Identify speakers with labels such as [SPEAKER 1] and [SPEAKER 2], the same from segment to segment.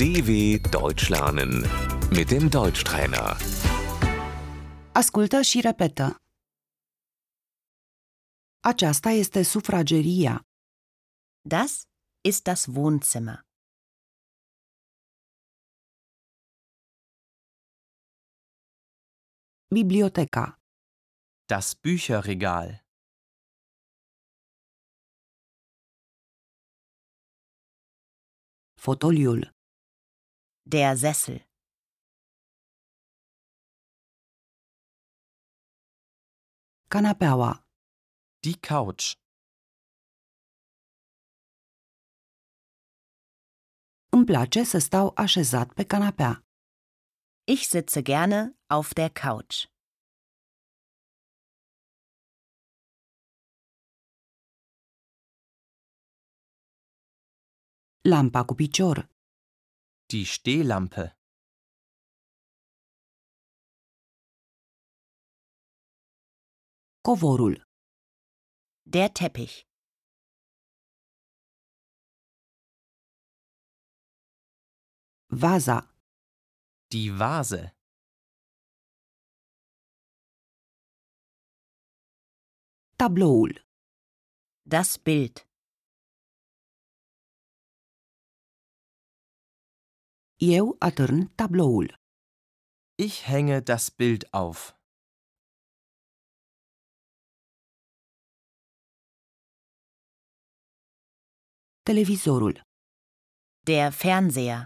[SPEAKER 1] DW Deutsch lernen mit dem Deutschtrainer.
[SPEAKER 2] Ascultă și repetă. Aceasta este sufrageria.
[SPEAKER 3] Das ist das Wohnzimmer.
[SPEAKER 2] Biblioteca.
[SPEAKER 4] Das Bücherregal.
[SPEAKER 2] Fotoliul.
[SPEAKER 3] Der Sessel.
[SPEAKER 2] Canapeaua.
[SPEAKER 4] Die Couch.
[SPEAKER 2] Îmi place să stau așezat pe canapea.
[SPEAKER 3] Ich sitze gerne auf der Couch.
[SPEAKER 2] Lampa cu picior.
[SPEAKER 4] Die Stehlampe.
[SPEAKER 2] Covorul.
[SPEAKER 3] Der Teppich.
[SPEAKER 2] Vaza.
[SPEAKER 4] Die Vase.
[SPEAKER 2] Tabloul.
[SPEAKER 3] Das Bild.
[SPEAKER 2] Eu atârn tabloul.
[SPEAKER 4] Ich hänge das Bild auf.
[SPEAKER 2] Televizorul.
[SPEAKER 3] Der Fernseher.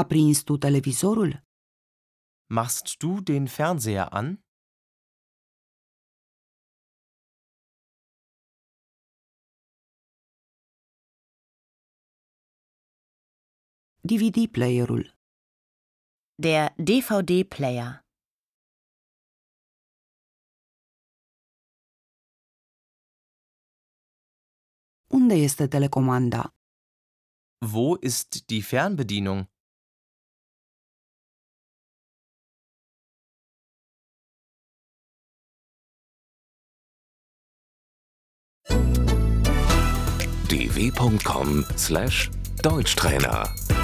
[SPEAKER 2] Aprins tu televizorul?
[SPEAKER 4] Machst du den Fernseher an?
[SPEAKER 2] DVD playerul.
[SPEAKER 3] Der DVD-Player.
[SPEAKER 2] Unde este telecomanda?
[SPEAKER 4] Wo ist die Fernbedienung?
[SPEAKER 1] dw.com/deutschtrainer